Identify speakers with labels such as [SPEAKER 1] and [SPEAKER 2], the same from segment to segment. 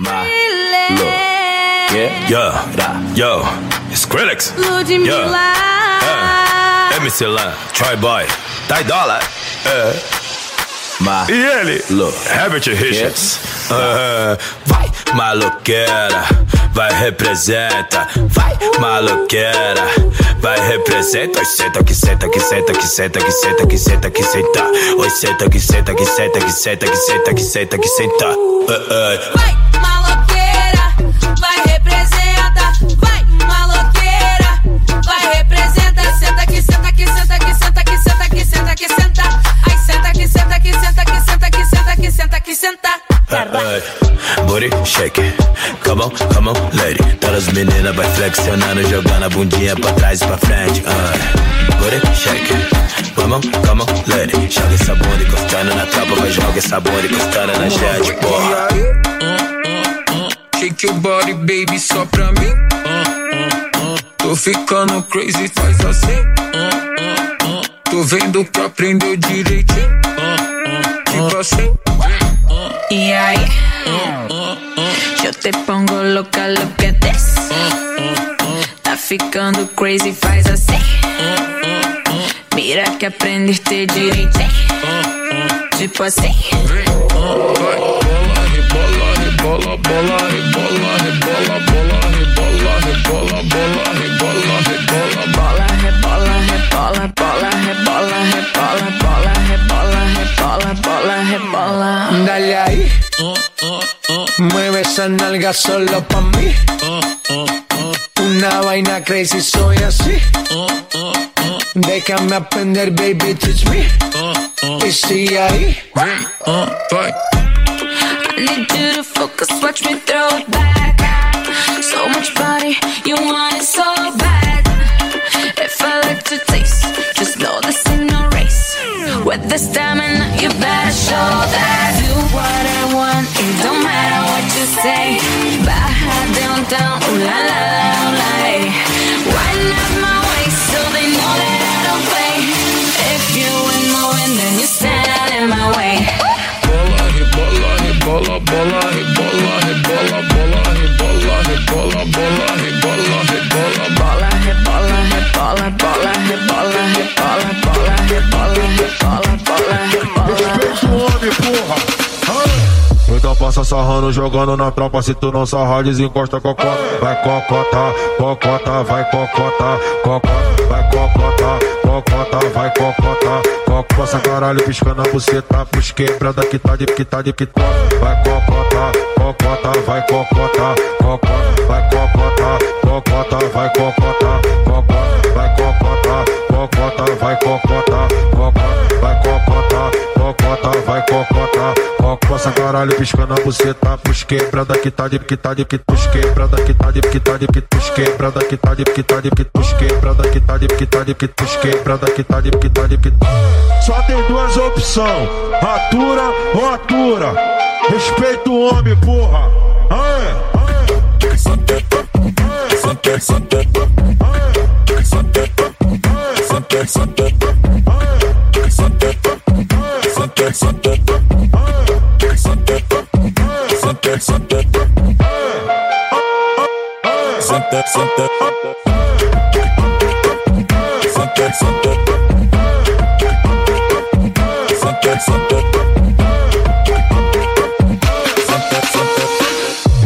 [SPEAKER 1] my look. Yeah, yeah, yo, Skrillex.
[SPEAKER 2] Ludmilla.
[SPEAKER 1] É, MC Lan, Troy Boy, Ty Dolla. É. Ma. E ele? Look. Herbert Richards. É, vai, maloqueira, vai, representa. Vai, maloqueira, vai, representa. Oi, senta, que senta, que senta, que senta, que senta, que senta, que senta. Oi, senta, que senta, que senta, que senta, que senta, que senta, que senta. É, é.
[SPEAKER 2] Vai, maloqueira, vai representa. Vai, maloqueira, vai representa. Senta que senta que senta que senta que senta que senta que senta. Ai, senta que senta que senta que senta que senta que senta que senta.
[SPEAKER 1] Alright. Booty shake it. Come on, come on, lady. Todas as meninas vai flexionando, jogando a bundinha pra trás e pra frente. Uh. Booty shake it. Come on, come on, lady. Joga essa bunda encostando na tropa, vai joga essa bunda encostando na gente, porra.
[SPEAKER 3] Shake your body, baby, só pra mim. Uh, uh, uh. Tô ficando crazy, faz assim. Uh, uh, uh. Tô vendo que aprendeu direitinho. Uh, uh, uh. Tipo assim.
[SPEAKER 4] Y ahí yo te pongo loca lo que des. Tá ficando crazy, faz assim. Mira que aprendiste direitinho. Tipo assim.
[SPEAKER 3] Vai, bola, rebola, rebola, bola, rebola, rebola, bola, rebola, rebola, bola, rebola, rebola, bola.
[SPEAKER 4] Bola, rebola, rebola, bola, rebola, rebola, bola, rebola, rebola, bola, rebola.
[SPEAKER 3] Dale ahí. Mueve esa nalga solo pa' mí. Una vaina crazy, soy así. Déjame aprender, baby, teach me. Y sigue ahí.
[SPEAKER 4] I need you to focus, watch me throw it back. So much body, you want it so bad. If I let you taste, just know this ain't no race. With the stamina, you better show that. Do what I want, it don't matter what you say. Baja downtown, ooh la la la, ooh la eh. Wind up my waist so they know that I don't play. If you ain't moving, then you stand out in my way.
[SPEAKER 3] Bola, rebola, rebola, bola, rebola, rebola, bola, rebola, rebola, bola, rebola, rebola, bola.
[SPEAKER 4] Bola, rebola, rebola, bola, rebola, rebola, bola, rebola, rebola, bola, rebola.
[SPEAKER 5] Então passa sarrando, jogando na tropa. Se tu não sarrar, desencosta cocota. Vai cocota, cocota, vai cocota, cocota, vai cocota, cocota, vai cocota, cocota. Passa caralho, piscando a buceta, pros quebrada que tá de que tá de que tá. Vai cocota, cocota, vai cocota, cocota, vai cocota, cocota, vai cocota, cocota, vai cocota, cocota, vai cocota, cocota, vai cocota, cocota, vai cocota, cocota. Passa caralho, piscando a buceta, pros quebrada que tá de que tá de que pros quebrada que tá de que tá de que pros quebrada que tá de que tá de que pros quebrada que tá de que tá de que pros quebrada que tá de que tá de que Só tem duas opções, atura ou atura. Respeita o homem, porra.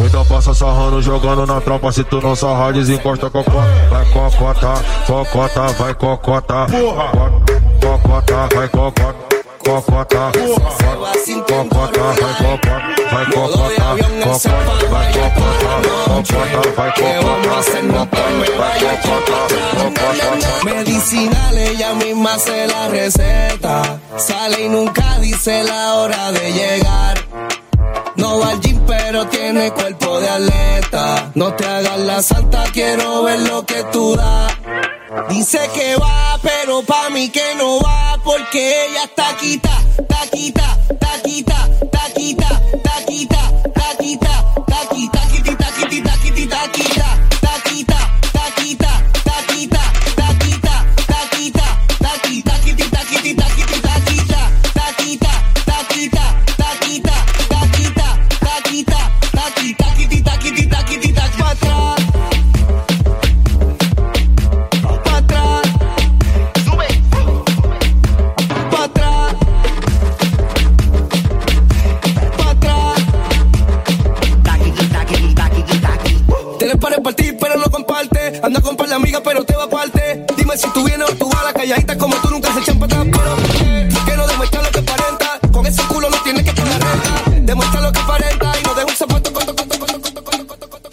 [SPEAKER 5] Então passa sarrando, jogando na tropa. Se tu não sarrar, desencosta cocota. Vai cocota, cocota, vai cocota. Porra! Cocota, vai cocota. Cocota, cocota, vai cocota, vai cocota, cocota, vai cocota, cocota, vai cocota, vai
[SPEAKER 6] Medicinal, ella misma se la receta. Sale y nunca dice la hora de llegar. No va al gym, pero tiene cuerpo de atleta. No te hagas la santa, quiero ver lo que tú das. Dice que va, pero pa' mí que no va, porque ella está quita, taquita, taquita, taquita, taquita, taquita, taquita, taquita, taquita, taquita, taquita, taquita, taquita, taquita, taquita, taquita, taquita, taquita, taquita, taquita, taquita, taquita, taquita, taquita, taquita, taquita, taquita, taquita, Anda con par de amigas, pero te va a parte. Dime si tú vienes o tú vas a la calladita, como tú nunca se echan para atrás. Pero ¿por qué no demuestra lo que aparenta. Con ese culo no tienes que pagar renta. Demuestra lo que aparenta y no deja un zapato corto, corto, corto, corto, corto, corto, corto, corto.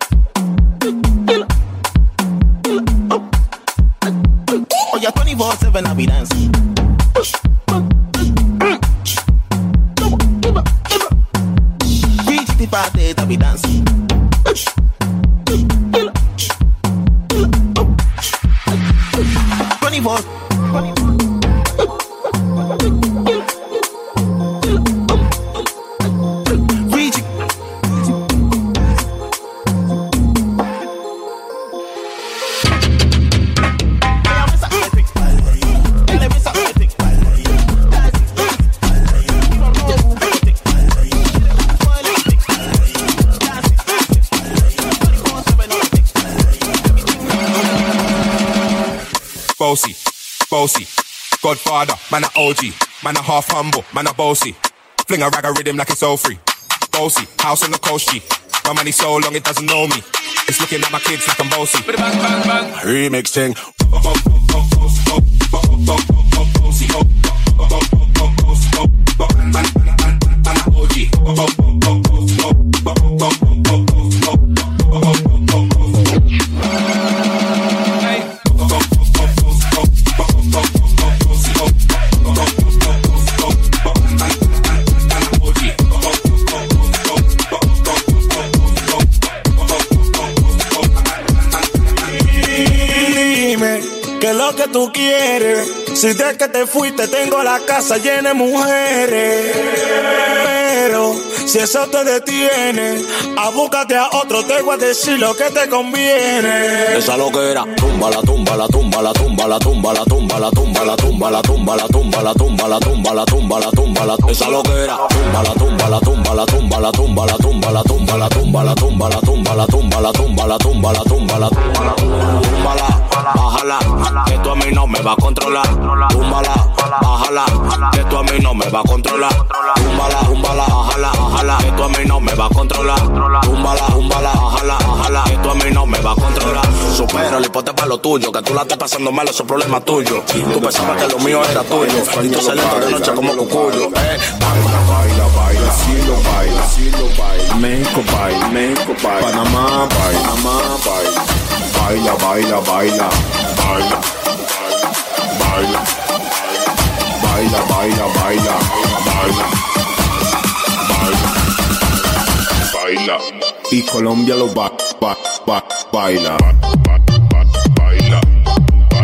[SPEAKER 6] Oh,
[SPEAKER 7] bossy, bossy. Godfather, man a OG, man a half humble, man a bossy. Fling a rag a rhythm like it's all free. Bossy, house on the coast, G. My money so long it doesn't know me. It's looking at my kids like I'm bossy. Remix thing.
[SPEAKER 8] que tú quieres. Si de que te fuiste tengo la casa llena de mujeres. Pero si eso te detiene, a búscate a otro, te voy a decir lo que te conviene.
[SPEAKER 9] Esa lo que era, tumba la tumba la tumba la tumba la tumba la tumba la tumba la tumba la tumba la tumba la tumba la tumba la tumba la tumba la esa lo que era, tumba la tumba la tumba la tumba la tumba la tumba la tumba la tumba la tumba la tumba la tumba la tumba la tumba la tumba la tumba la bájala, que tú a mí no me va a controlar. Túmbala, bájala, que tú a mí no me va a controlar. Túmbala, túmbala, bájala, bájala, que tú a mí no me va a controlar. Túmbala, túmbala, bájala, bájala, que tú a mí no me va a controlar. Supera, le ponte para lo tuyo, que tú la estés pasando mal, eso es problema tuyo. Tú pensabas que lo mío era tuyo, y tú sales de noche como cucuyo. Eh,
[SPEAKER 10] baila, baila, baila, cielo baila, cielo baila. México baila, México baila. Panamá baila, Panamá baila. Baila, baila, baila, baila baila, baila, baila, baila, baila, baila, baila. Y Colombia lo ba ba ba baila. Baila, baila, baila,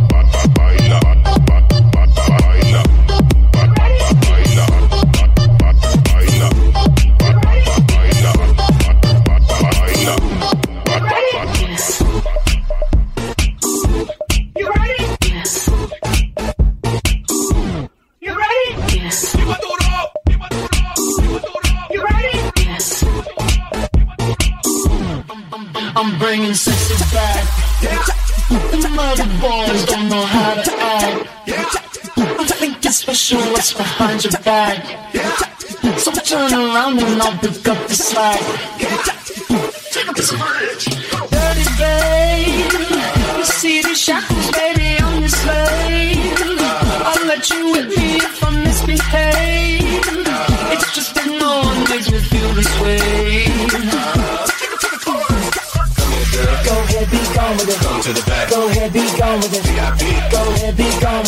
[SPEAKER 10] baila, baila, baila, baila.
[SPEAKER 11] I'm bringing sexy back. Mother boys don't know how to act. Think it's special what's behind your back. So turn around and I'll pick up the slack. Take up this bridge. Dirty babe, you see the shackles, baby, on your slave. I'll let you with me if I misbehave. It's just that no one makes me feel this way. ahead, be gone with it. Go ahead, be gone with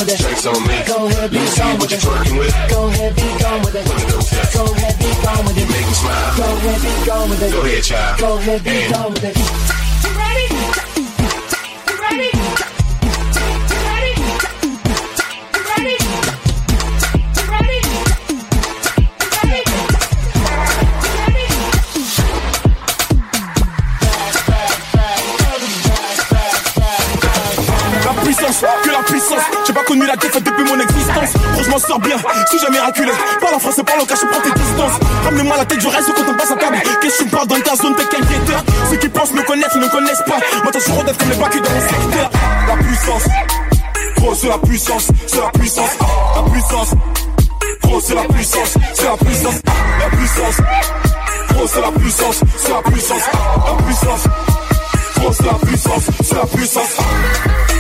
[SPEAKER 11] it.
[SPEAKER 12] Drinks on me.
[SPEAKER 11] Go ahead,
[SPEAKER 12] Let
[SPEAKER 11] be
[SPEAKER 12] me see
[SPEAKER 11] gone
[SPEAKER 12] what
[SPEAKER 11] with
[SPEAKER 12] you're
[SPEAKER 11] it.
[SPEAKER 12] twerking with.
[SPEAKER 11] Go ahead, be gone with it. Go ahead, be gone with it.
[SPEAKER 12] Make me smile.
[SPEAKER 11] Go ahead, be gone with it.
[SPEAKER 12] Go ahead, child.
[SPEAKER 11] Go ahead, be
[SPEAKER 12] And-
[SPEAKER 11] gone with it. You ready? You ready? You ready? You ready? You ready? You ready?
[SPEAKER 9] La puissance, que la puissance J'ai pas connu la défaite depuis mon existence Gros je m'en sors bien, suis-je un miraculé Parle en français, parle en cash, je prends tes distances Ramenez-moi la tête du reste quand on passe à table Qu'est-ce que tu me parles dans ta zone, t'es quel guetteur Ceux qui pensent me connaissent, ils ne connaissent pas Moi t'as toujours d'être comme les bacs dans mon secteur La puissance,
[SPEAKER 12] Gros, c'est la puissance, c'est la puissance, ah, la puissance. Gros, c'est la puissance, c'est la puissance, ah, la puissance. Gros, c'est la puissance, c'est la puissance, ah, la puissance. Gros, c'est la puissance, c'est la puissance. ah.